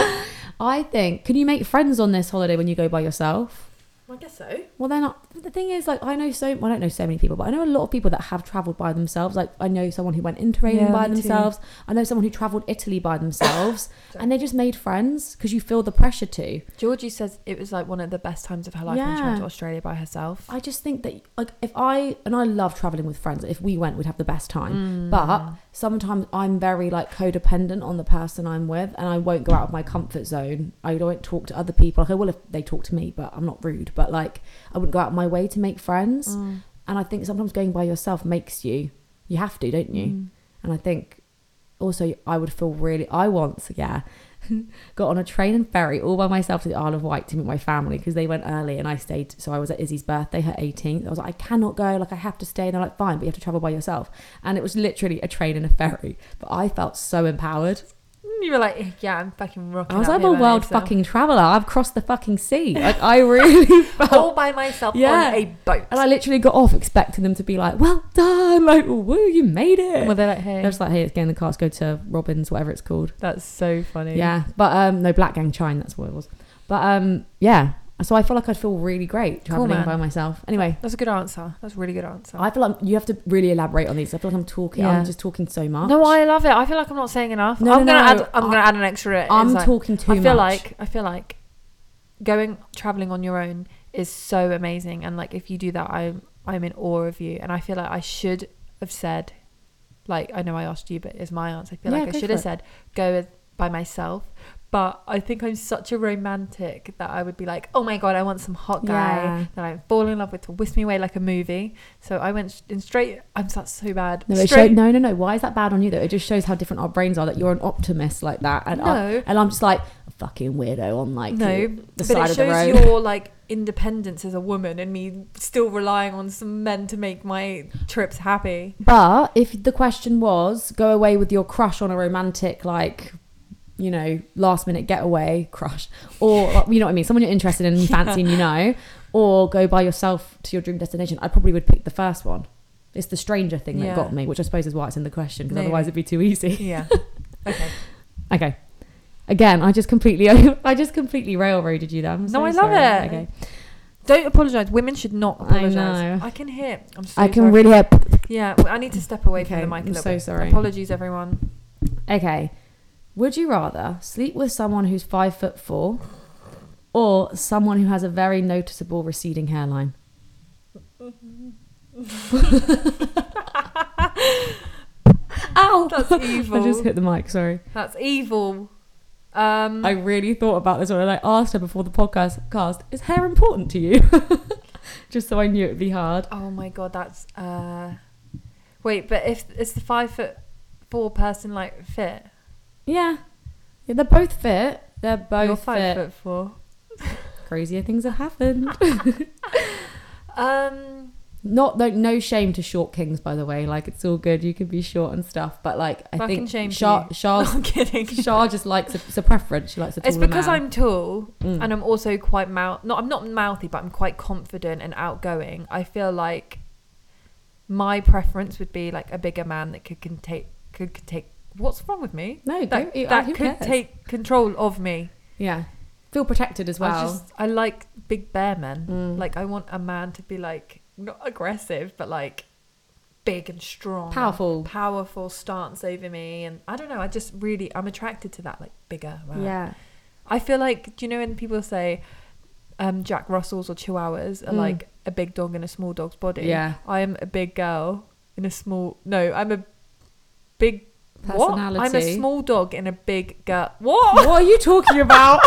Speaker 1: I think. Can you make friends on this holiday when you go by yourself?
Speaker 2: I guess so.
Speaker 1: Well, they're not. The thing is, like, I know so. Well, I don't know so many people, but I know a lot of people that have travelled by themselves. Like, I know someone who went interrailing
Speaker 2: Yeah,
Speaker 1: by
Speaker 2: me too.
Speaker 1: themselves. I know someone who travelled Italy by themselves, and they just made friends because you feel the pressure to.
Speaker 2: Georgie says it was like one of the best times of her life when she went
Speaker 1: Yeah.
Speaker 2: to Australia by herself.
Speaker 1: I just think that, like, if I and I love travelling with friends. If we went, we'd have the best time.
Speaker 2: Mm.
Speaker 1: But sometimes I'm very like codependent on the person I'm with, and I won't go out of my comfort zone. I don't talk to other people. Like, I will if they talk to me, but I'm not rude. But like, I wouldn't go out of my way to make friends.
Speaker 2: Mm.
Speaker 1: And I think sometimes going by yourself makes you, you have to, don't you?
Speaker 2: Mm.
Speaker 1: And I think also I would feel really, I once, yeah, got on a train and ferry all by myself to the Isle of Wight to meet my family because they went early and I stayed. So I was at Izzy's birthday, her 18th. I was like, I cannot go, like, I have to stay. And they're like, fine, but you have to travel by yourself. And it was literally a train and a ferry. But I felt so empowered.
Speaker 2: You were like, "Yeah, I'm fucking rocking."
Speaker 1: I was
Speaker 2: out
Speaker 1: like, I'm
Speaker 2: here
Speaker 1: a
Speaker 2: by
Speaker 1: world
Speaker 2: myself."
Speaker 1: fucking traveler. I've crossed the fucking sea. Like, I really felt
Speaker 2: all by myself
Speaker 1: Yeah.
Speaker 2: on a boat.
Speaker 1: And I literally got off expecting them to be like, well done, like, woo, you made it.
Speaker 2: well, they're like, "Hey,
Speaker 1: They're just like, hey, it's getting the cast, go to Robbins, whatever it's called.
Speaker 2: that's so funny."
Speaker 1: Yeah. But um, no, Black Gang Chine, that's what it was. But um, yeah. So I feel like I'd feel really great
Speaker 2: Cool,
Speaker 1: traveling
Speaker 2: man.
Speaker 1: by myself. Anyway,
Speaker 2: that's a good answer. That's a really good answer.
Speaker 1: I feel like you have to really elaborate on these. I feel like I'm talking,
Speaker 2: Yeah.
Speaker 1: I'm just talking so much.
Speaker 2: no, I love it. I feel like I'm not saying enough.
Speaker 1: No,
Speaker 2: I'm
Speaker 1: no,
Speaker 2: gonna
Speaker 1: no.
Speaker 2: add. I'm
Speaker 1: I-
Speaker 2: gonna add an extra.
Speaker 1: I'm
Speaker 2: insight.
Speaker 1: talking too
Speaker 2: I feel
Speaker 1: much.
Speaker 2: like I feel like going traveling on your own is so amazing, and like if you do that, I'm I'm in awe of you, and I feel like I should have said, like I know I asked you, but it's my answer. I feel
Speaker 1: Yeah,
Speaker 2: like I
Speaker 1: go
Speaker 2: should
Speaker 1: for
Speaker 2: have
Speaker 1: it.
Speaker 2: said go with, by myself, but I think I'm such a romantic that I would be like, oh my god, I want some hot guy
Speaker 1: Yeah.
Speaker 2: that I fall in love with to whisk me away like a movie. So I went in straight. I'm so, so bad.
Speaker 1: No, it
Speaker 2: straight.
Speaker 1: showed, no, no, no. Why is that bad on you though? It just shows how different our brains are. That you're an optimist like that, and I,
Speaker 2: No.
Speaker 1: and I'm just like a fucking weirdo on like
Speaker 2: no,
Speaker 1: the
Speaker 2: but
Speaker 1: side
Speaker 2: it
Speaker 1: of the
Speaker 2: shows
Speaker 1: road.
Speaker 2: your like independence as a woman and me still relying on some men to make my trips happy.
Speaker 1: But if the question was go away with your crush on a romantic, like, you know, last minute getaway crush, or like, you know what I mean, someone you're interested in, and fancy, and you know, or go by yourself to your dream destination, I probably would pick the first one. It's the stranger thing that
Speaker 2: Yeah.
Speaker 1: got me, which I suppose is why it's in the question, because
Speaker 2: Maybe.
Speaker 1: otherwise it'd be too easy.
Speaker 2: Yeah. Okay.
Speaker 1: Okay. Again, I just completely, I just completely railroaded you. There, I'm
Speaker 2: No,
Speaker 1: so
Speaker 2: I love
Speaker 1: sorry.
Speaker 2: it.
Speaker 1: Okay,
Speaker 2: Don't apologize. Women should not
Speaker 1: I
Speaker 2: apologize.
Speaker 1: know.
Speaker 2: I can hear. I'm so
Speaker 1: I can
Speaker 2: sorry.
Speaker 1: really help.
Speaker 2: Yeah, well, I need to step away from
Speaker 1: Okay,
Speaker 2: the mic a
Speaker 1: I'm
Speaker 2: little
Speaker 1: so
Speaker 2: bit.
Speaker 1: sorry.
Speaker 2: Apologies, everyone.
Speaker 1: Okay. Would you rather sleep with someone who's five foot four or someone who has a very noticeable receding hairline? Ow!
Speaker 2: That's evil.
Speaker 1: I just hit the mic, sorry.
Speaker 2: That's evil. Um,
Speaker 1: I really thought about this when I asked her before the podcast cast, is hair important to you? just so I knew it would be hard.
Speaker 2: oh my god, that's. Uh, wait, but if is the five foot four person like fit?
Speaker 1: Yeah. yeah they're both fit. They're both
Speaker 2: You're five
Speaker 1: fit.
Speaker 2: foot four.
Speaker 1: Crazier things have happened.
Speaker 2: Um,
Speaker 1: Not no, no shame to short kings, by the way. Like it's all good. You can be short and stuff, but like I
Speaker 2: Fucking
Speaker 1: think
Speaker 2: shame to
Speaker 1: Shah
Speaker 2: you.
Speaker 1: Shah's-
Speaker 2: I'm kidding.
Speaker 1: Shah just likes a, it's a preference. She likes a taller
Speaker 2: It's because
Speaker 1: man.
Speaker 2: I'm tall
Speaker 1: Mm.
Speaker 2: and I'm also quite mouth. Not I'm not mouthy, but I'm quite confident and outgoing. I feel like my preference would be like a bigger man that could can take could, could take. What's wrong with me?
Speaker 1: no
Speaker 2: That,
Speaker 1: don't, eat-
Speaker 2: that
Speaker 1: who
Speaker 2: could
Speaker 1: cares?
Speaker 2: take control of me.
Speaker 1: yeah feel protected as well.
Speaker 2: I just I like big bear men.
Speaker 1: Mm.
Speaker 2: Like I want a man to be like not aggressive, but like big and strong, and
Speaker 1: Powerful.
Speaker 2: powerful stance over me. And I don't know. I just really I'm attracted to that like bigger. Man.
Speaker 1: Yeah,
Speaker 2: I feel like do you know when people say um, Jack Russells or Chihuahuas are
Speaker 1: Mm.
Speaker 2: like a big dog in a small dog's body?
Speaker 1: Yeah.
Speaker 2: I am a big girl in a small. No, I'm a big. What? I'm a
Speaker 1: Personality.
Speaker 2: small dog in a big girl. What?
Speaker 1: what are you talking about?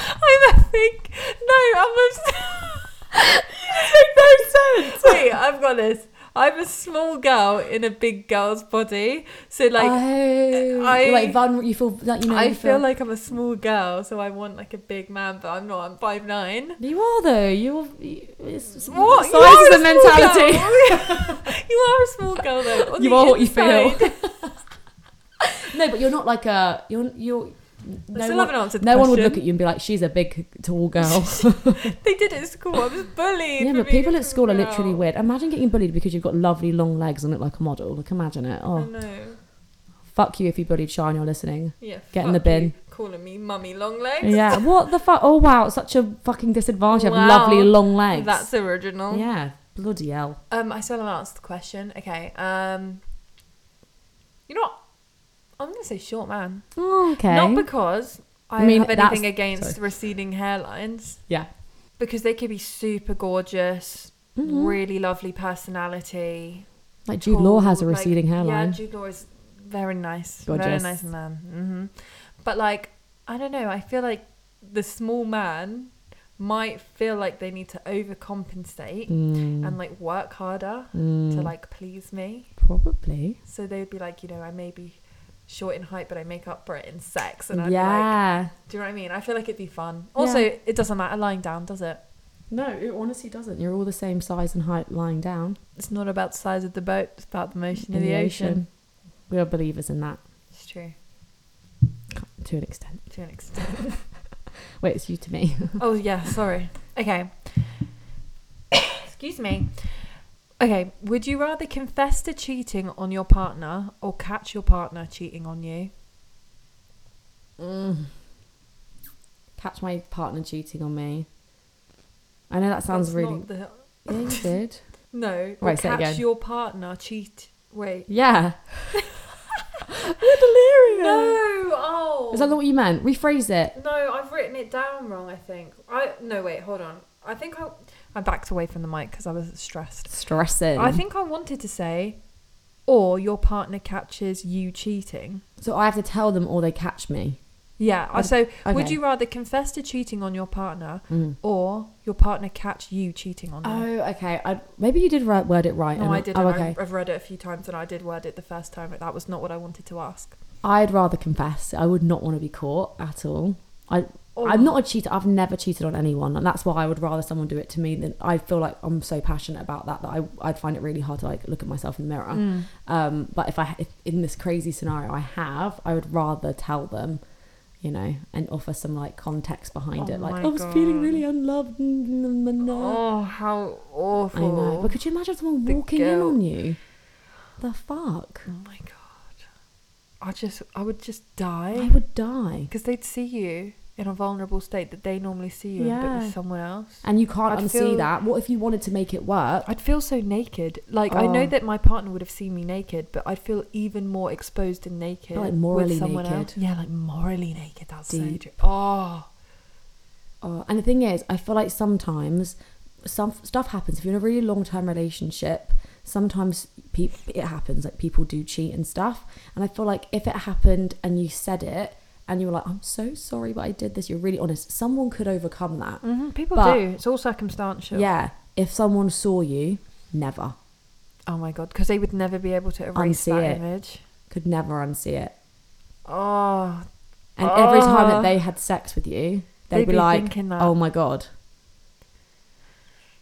Speaker 2: I'm a big. No, I'm a. make no sense. Wait, I've got this. I'm a small girl in a big girl's body. So like.
Speaker 1: oh,
Speaker 2: I-
Speaker 1: like vulnerable. You feel like you know.
Speaker 2: I
Speaker 1: you
Speaker 2: feel like I'm a small girl, so I want like a big man, but I'm not. I'm five nine.
Speaker 1: you are though. You're you- it's, it's
Speaker 2: What?
Speaker 1: size
Speaker 2: You are
Speaker 1: is
Speaker 2: a
Speaker 1: a
Speaker 2: small
Speaker 1: mentality.
Speaker 2: you are a small girl though. on
Speaker 1: You
Speaker 2: the
Speaker 1: are what you
Speaker 2: inside.
Speaker 1: feel. no, but you're not like a you're you're. No
Speaker 2: still
Speaker 1: one,
Speaker 2: haven't answered the
Speaker 1: no one would look
Speaker 2: question.
Speaker 1: at you and be like, "She's a big, tall girl."
Speaker 2: they did it at school. I was bullied.
Speaker 1: yeah,
Speaker 2: for
Speaker 1: but
Speaker 2: being
Speaker 1: people
Speaker 2: a
Speaker 1: at
Speaker 2: small
Speaker 1: school are
Speaker 2: girl.
Speaker 1: literally weird. Imagine getting bullied because you've got lovely long legs and look like a model. Like, imagine it.
Speaker 2: I
Speaker 1: Oh,
Speaker 2: know.
Speaker 1: fuck you if you bullied Sean. You're listening.
Speaker 2: Yeah.
Speaker 1: Get in the
Speaker 2: fuck
Speaker 1: bin.
Speaker 2: you, Calling me mummy long legs.
Speaker 1: Yeah. What the fuck? Oh wow, it's such a fucking disadvantage. to
Speaker 2: Wow.
Speaker 1: Have lovely long legs.
Speaker 2: That's original.
Speaker 1: yeah. Bloody hell.
Speaker 2: Um, I still haven't answered the question. Okay. Um, you know what? I'm gonna say short man.
Speaker 1: Oh, okay.
Speaker 2: Not because I,
Speaker 1: I mean,
Speaker 2: have anything
Speaker 1: that's-
Speaker 2: against
Speaker 1: sorry.
Speaker 2: receding hairlines,
Speaker 1: yeah.
Speaker 2: because they could be super gorgeous,
Speaker 1: Mhm.
Speaker 2: really lovely personality.
Speaker 1: Like Jude Law has a
Speaker 2: tall, like-
Speaker 1: receding hairline.
Speaker 2: Yeah, Jude Law is very nice. Very
Speaker 1: Gorgeous.
Speaker 2: nice man. hmm But like, I don't know. I feel like the small man might feel like they need to overcompensate
Speaker 1: Mm,
Speaker 2: and like work harder to
Speaker 1: mm,
Speaker 2: like please me.
Speaker 1: probably.
Speaker 2: So they'd be like, you know, I may be short in height, but I make up for it in sex. And I'd be like,
Speaker 1: yeah.
Speaker 2: do you know what I mean? I feel like it'd be fun. Also,
Speaker 1: Yeah.
Speaker 2: it doesn't matter lying down, does it?
Speaker 1: No, it honestly doesn't. You're all the same size and height lying down
Speaker 2: It's not about the size of the boat, it's about the motion
Speaker 1: in,
Speaker 2: of
Speaker 1: the,
Speaker 2: the,
Speaker 1: ocean.
Speaker 2: ocean.
Speaker 1: We are believers in that
Speaker 2: It's true,
Speaker 1: to an extent.
Speaker 2: to an extent.
Speaker 1: Wait, it's you to me.
Speaker 2: oh, yeah, sorry. Okay. Excuse me. Okay, would you rather confess to cheating on your partner or catch your partner cheating on you?
Speaker 1: Mm. Catch my partner cheating on me. I know that sounds
Speaker 2: That's
Speaker 1: really.
Speaker 2: not the-
Speaker 1: Yeah, you did.
Speaker 2: no, or
Speaker 1: Right, say it
Speaker 2: catch
Speaker 1: again.
Speaker 2: your partner cheat. Wait.
Speaker 1: Yeah. You're delirious.
Speaker 2: No! Oh!
Speaker 1: Is that not what you meant? Rephrase it.
Speaker 2: No, I've written it down wrong. I think. I no wait, hold on. I think I I backed away from the mic because I was stressed.
Speaker 1: Stressing.
Speaker 2: I think I wanted to say, or your partner catches you cheating.
Speaker 1: so. I have to tell them, or they catch me.
Speaker 2: Yeah. I-
Speaker 1: I-
Speaker 2: So would
Speaker 1: okay.
Speaker 2: you rather confess to cheating on your partner,
Speaker 1: Mm.
Speaker 2: or your partner catch you cheating on them?
Speaker 1: Oh, okay. I, maybe you did ri- word it right.
Speaker 2: no,
Speaker 1: and
Speaker 2: I did.
Speaker 1: Oh,
Speaker 2: not
Speaker 1: okay.
Speaker 2: I've read it a few times, and I did word it the first time. But that was not what I wanted to ask.
Speaker 1: I'd rather confess. I would not want to be caught at all. I
Speaker 2: Oh.
Speaker 1: I'm not a cheater. I've never cheated on anyone, and that's why I would rather someone do it to me than I feel like I'm so passionate about that that I I'd find it really hard to like look at myself in the mirror.
Speaker 2: Mm.
Speaker 1: Um, but if I if in this crazy scenario I have, I would rather tell them, you know, and offer some like context behind
Speaker 2: Oh
Speaker 1: it. Like
Speaker 2: my
Speaker 1: I was feeling
Speaker 2: God.
Speaker 1: really unloved. Oh,
Speaker 2: Oh, how
Speaker 1: I
Speaker 2: awful!
Speaker 1: know. But could you imagine someone
Speaker 2: The
Speaker 1: walking in
Speaker 2: guilt.
Speaker 1: on you? The fuck!
Speaker 2: oh my god, I just, I would just
Speaker 1: I
Speaker 2: die
Speaker 1: would die.
Speaker 2: because they'd see you in a vulnerable state that they normally see you in, but
Speaker 1: Yeah.
Speaker 2: with someone else.
Speaker 1: And you can't
Speaker 2: I'd
Speaker 1: unsee
Speaker 2: feel-
Speaker 1: that. What if you wanted to make it work?
Speaker 2: I'd feel so naked. Like I know
Speaker 1: Oh.
Speaker 2: that my partner would have seen me naked, but I'd feel even more exposed and naked.
Speaker 1: But, like, morally
Speaker 2: with someone
Speaker 1: naked.
Speaker 2: Else. Yeah, like morally naked. That's
Speaker 1: Deep.
Speaker 2: so true. Oh,
Speaker 1: Oh, and the thing is, I feel like sometimes some stuff happens. If you're in a really long term relationship, sometimes peop it happens. Like people do cheat and stuff. And I feel like if it happened and you said it and you were like, "I'm so sorry, but I did this," you're really honest. Someone could overcome that.
Speaker 2: hmm people
Speaker 1: But-
Speaker 2: do. It's all circumstantial.
Speaker 1: Yeah. If someone saw you, never
Speaker 2: Oh my god, because they would never be able to erase
Speaker 1: Unsee
Speaker 2: that
Speaker 1: it.
Speaker 2: image.
Speaker 1: could never unsee it.
Speaker 2: Oh,
Speaker 1: And every time
Speaker 2: Ah.
Speaker 1: that they had sex with you, they'd,
Speaker 2: They'd
Speaker 1: be,
Speaker 2: be
Speaker 1: like,
Speaker 2: thinking that.
Speaker 1: "Oh my god."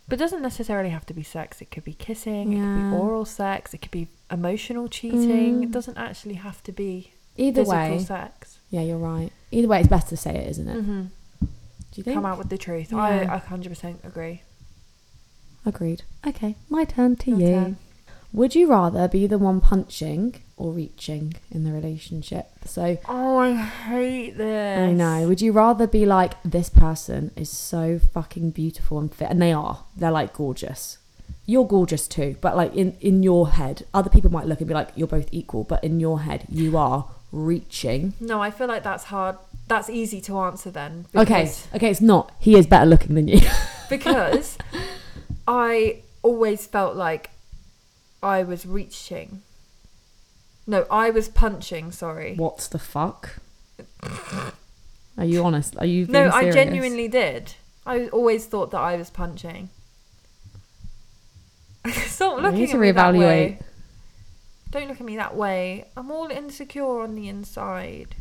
Speaker 2: but it doesn't necessarily have to be sex. It could be kissing. It could
Speaker 1: Yeah.
Speaker 2: be oral sex. It could be emotional cheating. It
Speaker 1: Mm.
Speaker 2: doesn't actually have to be
Speaker 1: Either
Speaker 2: physical
Speaker 1: way,
Speaker 2: sex.
Speaker 1: yeah, you're right. Either way, it's best to say it, isn't it?
Speaker 2: hmm
Speaker 1: Do you think?
Speaker 2: Come out with the truth.
Speaker 1: Yeah.
Speaker 2: I I hundred percent agree.
Speaker 1: Agreed. Okay, my turn to
Speaker 2: Your
Speaker 1: you.
Speaker 2: turn.
Speaker 1: Would you rather be the one punching or reaching in the relationship? So
Speaker 2: Oh, I hate this.
Speaker 1: I know. Would you rather be like this person is so fucking beautiful and fit, and they are. They're like gorgeous. You're gorgeous too, but like in in your head, other people might look and be like, you're both equal, but in your head, you are reaching.
Speaker 2: No, I feel like that's hard. That's easy to answer then.
Speaker 1: Okay, okay, it's not. He is better looking than you.
Speaker 2: because I always felt like I was reaching. No, I was punching. Sorry.
Speaker 1: what the fuck? Are you honest? Are you
Speaker 2: No,
Speaker 1: being
Speaker 2: I
Speaker 1: serious?
Speaker 2: genuinely did. I always thought that I was punching. Stop
Speaker 1: I
Speaker 2: looking
Speaker 1: need to
Speaker 2: at me that way.
Speaker 1: reevaluate.
Speaker 2: Don't look at me that way. I'm all insecure on the inside.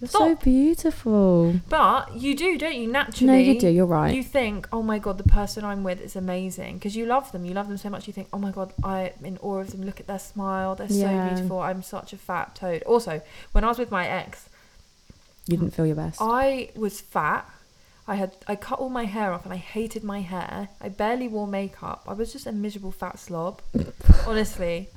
Speaker 1: You're so
Speaker 2: Stop.
Speaker 1: beautiful.
Speaker 2: But you do, don't you? Naturally,
Speaker 1: no, you do. You're right.
Speaker 2: You think, oh my god, the person I'm with is amazing because you love them. You love them so much. You think, oh my god, I'm in awe of them. Look at their smile. They're
Speaker 1: Yeah.
Speaker 2: so beautiful. I'm such a fat toad. Also, when I was with my ex,
Speaker 1: You didn't feel your best.
Speaker 2: I was fat. I had I cut all my hair off and I hated my hair. I barely wore makeup. I was just a miserable fat slob. Honestly.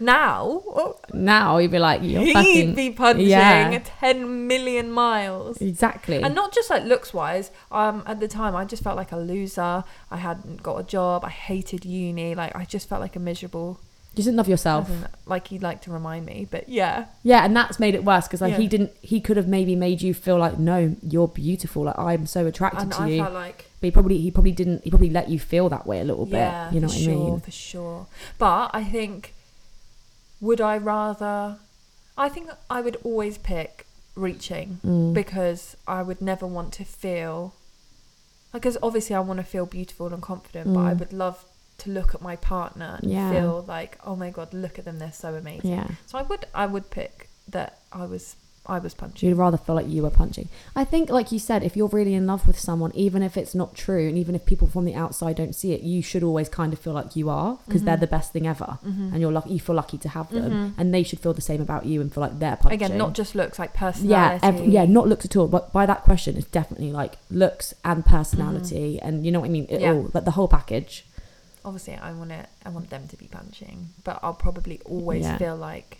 Speaker 2: Now oh,
Speaker 1: Now you'd be like, you're
Speaker 2: he'd
Speaker 1: fucking
Speaker 2: be punching
Speaker 1: yeah.
Speaker 2: ten million miles.
Speaker 1: exactly.
Speaker 2: And not just like looks wise. Um, at the time, I just felt like a loser. I hadn't got a job. I hated uni. Like I just felt like a miserable.
Speaker 1: you didn't love yourself.
Speaker 2: as in, Like you'd like to remind me, but yeah,
Speaker 1: Yeah, and that's made it worse because like
Speaker 2: Yeah.
Speaker 1: he didn't. He could have maybe made you feel like, no, you're beautiful. Like I'm so attracted
Speaker 2: and
Speaker 1: to
Speaker 2: I
Speaker 1: you.
Speaker 2: felt like
Speaker 1: but he probably he probably didn't. He probably let you feel that way a little
Speaker 2: yeah,
Speaker 1: bit. You know
Speaker 2: for
Speaker 1: what
Speaker 2: sure,
Speaker 1: I mean?
Speaker 2: for sure. But I think, would I rather? I think I would always pick reaching
Speaker 1: Mm.
Speaker 2: because I would never want to feel. Because obviously, I want to feel beautiful and confident, but I
Speaker 1: Mm.
Speaker 2: would love to look at my partner and
Speaker 1: Yeah.
Speaker 2: feel like, oh my god, look at them, they're so amazing.
Speaker 1: yeah.
Speaker 2: So I would, I would pick that I was, I was punching.
Speaker 1: You'd rather feel like you were punching. I think, like you said, if you're really in love with someone, even if it's not true, and even if people from the outside don't see it, you should always kind of feel like you are because they're
Speaker 2: Mhm.
Speaker 1: the best thing ever,
Speaker 2: Mhm.
Speaker 1: and you're lucky. You feel lucky to have them,
Speaker 2: Mhm.
Speaker 1: and they should feel the same about you and feel like they're punching.
Speaker 2: Again, not just looks, like
Speaker 1: yeah,
Speaker 2: personality.
Speaker 1: ev- yeah, not looks at all. But by that question, it's definitely like looks and personality, and you know what I mean. It
Speaker 2: Mm-hmm. Yeah.
Speaker 1: all, like the whole package.
Speaker 2: obviously I want it I want them to be punching, but I'll probably always
Speaker 1: Yeah.
Speaker 2: feel like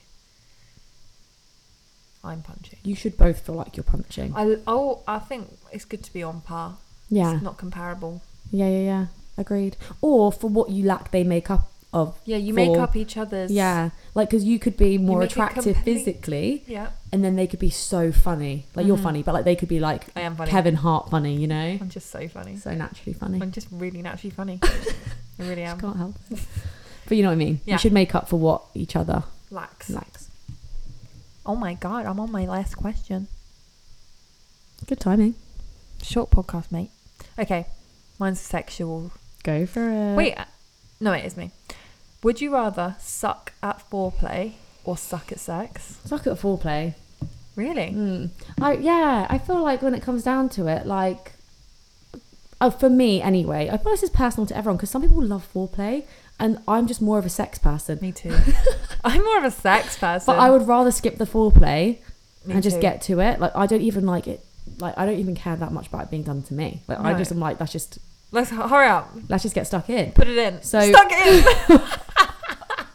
Speaker 2: I'm punching.
Speaker 1: You should both feel like you're punching.
Speaker 2: I oh I think it's good to be on par.
Speaker 1: yeah,
Speaker 2: It's not comparable.
Speaker 1: yeah, yeah, yeah. Agreed. Or for what you lack, they make up of.
Speaker 2: Yeah, you
Speaker 1: For-
Speaker 2: make up each other's
Speaker 1: Yeah, like because you could be more
Speaker 2: make it
Speaker 1: attractive
Speaker 2: complete.
Speaker 1: physically,
Speaker 2: Yeah.
Speaker 1: and then they could be so funny. Like you're
Speaker 2: Mhm.
Speaker 1: funny, but like they could be like
Speaker 2: I am funny.
Speaker 1: Kevin Hart Mm-hmm. funny. You know,
Speaker 2: I'm just so funny.
Speaker 1: so naturally funny.
Speaker 2: I'm just really naturally funny. I really am.
Speaker 1: Just can't help it. But you know what I mean.
Speaker 2: Yeah.
Speaker 1: You should make up for what each other
Speaker 2: Lax.
Speaker 1: lacks.
Speaker 2: Oh my god, I'm on my last question.
Speaker 1: Good timing.
Speaker 2: Short podcast, mate. Okay. Mine's sexual.
Speaker 1: Go for it.
Speaker 2: Wait. uh, No, it is me. Would you rather suck at foreplay or suck at sex?
Speaker 1: Suck at foreplay.
Speaker 2: Really?
Speaker 1: Mm. I yeah, I feel like when it comes down to it, like, oh, for me anyway, I feel this is personal to everyone because some people love foreplay, and I'm just more of a sex person.
Speaker 2: Me too. I'm more of a sex person.
Speaker 1: But I would rather skip the foreplay
Speaker 2: Me
Speaker 1: and just
Speaker 2: too.
Speaker 1: get to it. Like I don't even like it. Like I don't even care that much about it being done to me. Like I
Speaker 2: No.
Speaker 1: just am like let's just
Speaker 2: Let's hu- hurry up.
Speaker 1: let's just get stuck in.
Speaker 2: Put it in.
Speaker 1: So-
Speaker 2: Stuck it in.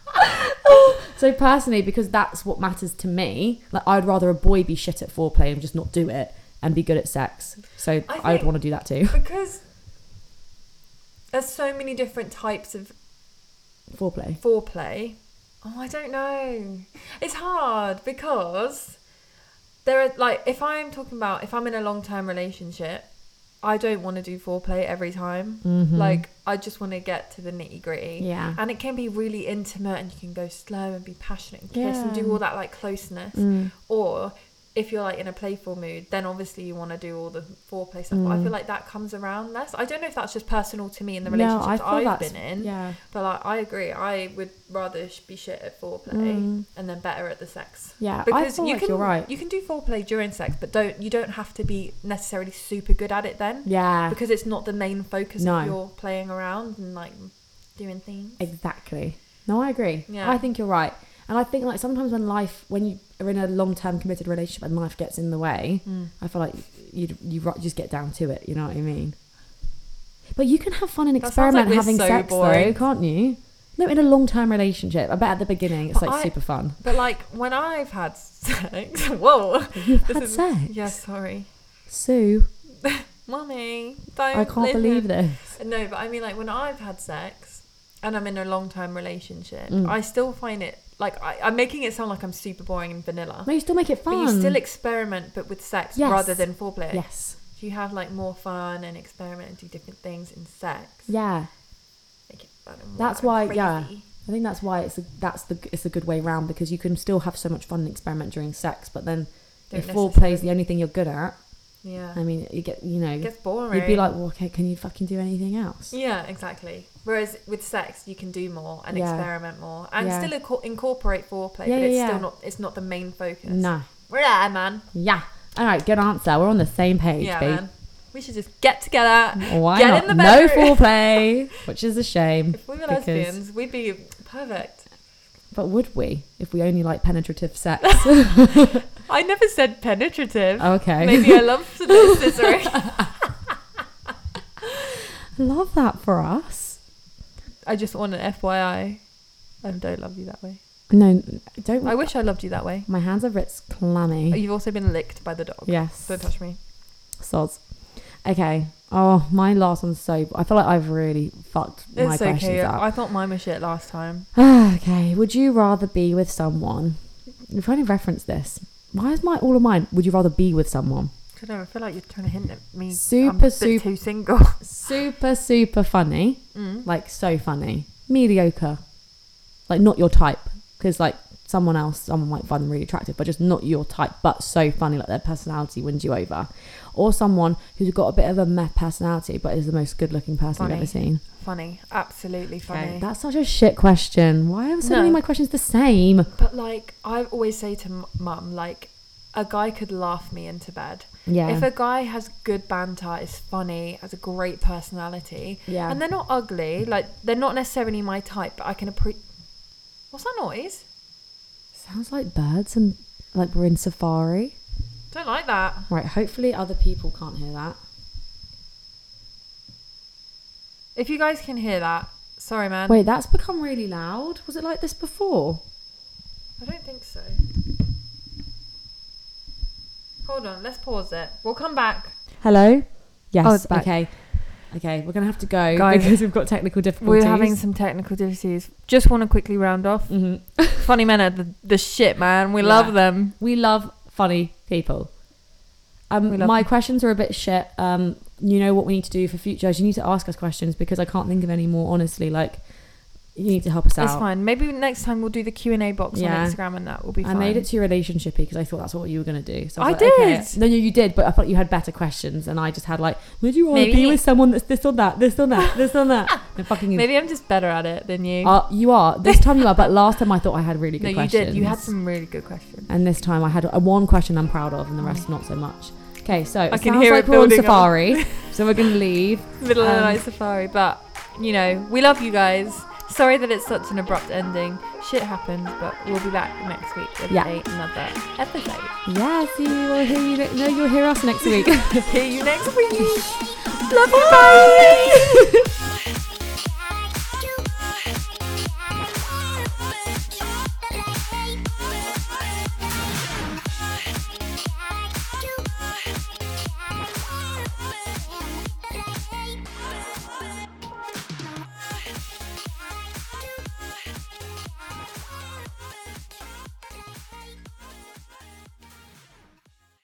Speaker 1: So personally, because that's what matters to me, like I'd rather a boy be shit at foreplay and just not do it and be good at sex. So
Speaker 2: I
Speaker 1: I would
Speaker 2: think-
Speaker 1: want to do that too.
Speaker 2: because there's so many different types of
Speaker 1: Foreplay.
Speaker 2: foreplay. Oh, I don't know. It's hard because there are like if I'm talking about if I'm in a long term relationship, I don't want to do foreplay every time. Like I just want to get to the nitty gritty.
Speaker 1: Mm-hmm. Yeah.
Speaker 2: And it can be really intimate, and you can go slow and be passionate and kiss and
Speaker 1: Yeah. Mm.
Speaker 2: do all that like closeness. Or if you're like in a playful mood, then obviously you want to do all the foreplay stuff.
Speaker 1: Mm.
Speaker 2: But I feel like that comes around less. I don't know if that's just personal to me in the relationships I've been in.
Speaker 1: Yeah.
Speaker 2: But like, I agree. I would rather sh- be shit at foreplay and then better at the sex.
Speaker 1: Yeah, Hmm. I
Speaker 2: because
Speaker 1: feel
Speaker 2: you
Speaker 1: like
Speaker 2: can
Speaker 1: you're right.
Speaker 2: you can do foreplay during sex, but don't you don't have to be necessarily super good at it then
Speaker 1: Yeah.
Speaker 2: because it's not the main focus
Speaker 1: No.
Speaker 2: of your playing around and like doing things.
Speaker 1: Exactly. No, I agree.
Speaker 2: Yeah.
Speaker 1: I think you're right. And I think like sometimes when life, when you are in a long-term committed relationship and life gets in the way,
Speaker 2: Hmm.
Speaker 1: I feel like you you ri- just get down to it. You know what I mean? But you can have fun and
Speaker 2: That sounds like
Speaker 1: experiment
Speaker 2: we're
Speaker 1: having
Speaker 2: so
Speaker 1: sex
Speaker 2: boring.
Speaker 1: though, can't you? No, in a long-term relationship. I bet at the beginning it's
Speaker 2: But
Speaker 1: like
Speaker 2: I-
Speaker 1: super fun.
Speaker 2: But like when I've had sex, whoa,
Speaker 1: You've
Speaker 2: this
Speaker 1: had
Speaker 2: is-
Speaker 1: sex.
Speaker 2: Yeah, sorry,
Speaker 1: Sue,
Speaker 2: mommy. Don't
Speaker 1: I can't
Speaker 2: listen.
Speaker 1: believe this.
Speaker 2: No, but I mean, like when I've had sex and I'm in a long term relationship,
Speaker 1: Mm.
Speaker 2: I still find it like I, I'm making it sound like I'm super boring and vanilla.
Speaker 1: No, you still make it
Speaker 2: But
Speaker 1: fun.
Speaker 2: you still experiment, but with sex
Speaker 1: Yes.
Speaker 2: rather than foreplay.
Speaker 1: yes.
Speaker 2: So you have like more fun and experiment and do different things in sex.
Speaker 1: Yeah.
Speaker 2: Make it fun and
Speaker 1: That's
Speaker 2: wild
Speaker 1: why,
Speaker 2: and
Speaker 1: yeah.
Speaker 2: crazy.
Speaker 1: I think that's why it's a, that's the it's a good way round because you can still have so much fun and experiment during sex, but then
Speaker 2: Don't
Speaker 1: if foreplay is the only thing you're good at,
Speaker 2: Yeah.
Speaker 1: I mean, you get you know,
Speaker 2: it gets boring.
Speaker 1: you'd be like, well, okay, can you fucking do anything else?
Speaker 2: Yeah, exactly. Whereas with sex, you can do more and
Speaker 1: Yeah.
Speaker 2: experiment more and
Speaker 1: Yeah.
Speaker 2: still inco- incorporate foreplay,
Speaker 1: Yeah,
Speaker 2: but
Speaker 1: yeah,
Speaker 2: it's
Speaker 1: yeah.
Speaker 2: still not it's not the main focus.
Speaker 1: Nah,
Speaker 2: We're there, man.
Speaker 1: yeah. All right, good answer. We're on the same page,
Speaker 2: yeah,
Speaker 1: babe.
Speaker 2: man. We should just get together.
Speaker 1: Why
Speaker 2: Get
Speaker 1: not?
Speaker 2: in the
Speaker 1: no
Speaker 2: bedroom.
Speaker 1: foreplay, which is a shame.
Speaker 2: If we were
Speaker 1: because-
Speaker 2: lesbians, we'd be perfect.
Speaker 1: But would we if we only like penetrative sex?
Speaker 2: I never said penetrative.
Speaker 1: okay,
Speaker 2: Maybe I love to know scissoring.
Speaker 1: love that for us.
Speaker 2: I just want an FYI. I don't love you that way.
Speaker 1: No, don't.
Speaker 2: I wish I loved you that way.
Speaker 1: My hands are Ritz clammy.
Speaker 2: You've also been licked by the dog.
Speaker 1: yes.
Speaker 2: Don't touch me.
Speaker 1: Sods. Okay. Oh, my last one's so. I feel like I've really fucked my
Speaker 2: It's
Speaker 1: questions
Speaker 2: okay.
Speaker 1: up.
Speaker 2: I thought mine was shit last time.
Speaker 1: okay. Would you rather be with someone? We've only referenced this. Why is my all of mine? Would you rather be with someone?
Speaker 2: I don't know. I feel like you're trying to hint at me.
Speaker 1: Super,
Speaker 2: I'm a bit
Speaker 1: super-
Speaker 2: too single.
Speaker 1: Super, super funny.
Speaker 2: Mm.
Speaker 1: Like so funny. Mediocre. Like not your type. Because like someone else, someone might find them really attractive, but just not your type. But so funny. Like their personality wins you over. Or someone who's got a bit of a meh personality, but is the most good-looking person
Speaker 2: Funny.
Speaker 1: I've ever seen.
Speaker 2: Funny. Absolutely funny.
Speaker 1: That's such a shit question. Why are so many
Speaker 2: No.
Speaker 1: of my questions the same?
Speaker 2: but like, I always say to m- mum, like, a guy could laugh me into bed.
Speaker 1: Yeah.
Speaker 2: If a guy has good banter, is funny, has a great personality,
Speaker 1: Yeah.
Speaker 2: and they're not ugly, like they're not necessarily my type, but I can appreciate. What's that noise?
Speaker 1: Sounds like birds and like we're in safari.
Speaker 2: Don't like that.
Speaker 1: Right, hopefully other people can't hear that.
Speaker 2: If you guys can hear that, sorry, man.
Speaker 1: Wait, that's become really loud. Was it like this before?
Speaker 2: I don't think so. Hold on, let's pause it. We'll come back.
Speaker 1: Hello? Yes.
Speaker 2: Oh, it's back.
Speaker 1: Okay. Okay, we're going to have to go
Speaker 2: Guys,
Speaker 1: because we've got technical
Speaker 2: We're
Speaker 1: difficulties.
Speaker 2: having some technical difficulties. Just want to quickly round off.
Speaker 1: Mhm.
Speaker 2: Funny men are the, the shit, man. We
Speaker 1: Yeah.
Speaker 2: love them.
Speaker 1: We love funny people. Um,
Speaker 2: We love
Speaker 1: my
Speaker 2: them.
Speaker 1: questions are a bit shit. Um, you know what we need to do for future is you need to ask us questions because I can't think of any more honestly. Like, you need to help us
Speaker 2: It's
Speaker 1: out.
Speaker 2: fine. Maybe next time we'll do the Q and A box
Speaker 1: Yeah.
Speaker 2: on Instagram, and that will be.
Speaker 1: I
Speaker 2: Fine.
Speaker 1: made it too relationshipy because I thought that's what you were gonna do. So I, was
Speaker 2: I
Speaker 1: like, okay.
Speaker 2: did.
Speaker 1: No, no, you did, but I thought you had better questions, and I just had like, would you want to
Speaker 2: Maybe-
Speaker 1: be with someone that's this or that, this or that, this or that? And fucking,
Speaker 2: Maybe I'm just better at it than you.
Speaker 1: Uh, you are this time you are, but last time I thought I had really
Speaker 2: no,
Speaker 1: good
Speaker 2: you
Speaker 1: questions.
Speaker 2: did. You had some really good questions.
Speaker 1: And this time I had a one question I'm proud of, and the rest not so much. Okay, so it
Speaker 2: I can
Speaker 1: sounds
Speaker 2: hear
Speaker 1: like
Speaker 2: it
Speaker 1: we're on
Speaker 2: building up.
Speaker 1: safari, so we're gonna leave.
Speaker 2: Middle of the
Speaker 1: Um,
Speaker 2: night safari, but you know we love you guys. Sorry that it's such an abrupt ending. Shit happens, but we'll be back next week with
Speaker 1: Yeah.
Speaker 2: another episode.
Speaker 1: Yeah, see, we'll hear you. ne- No, you'll hear us next week.
Speaker 2: See you next week. Love you. Bye.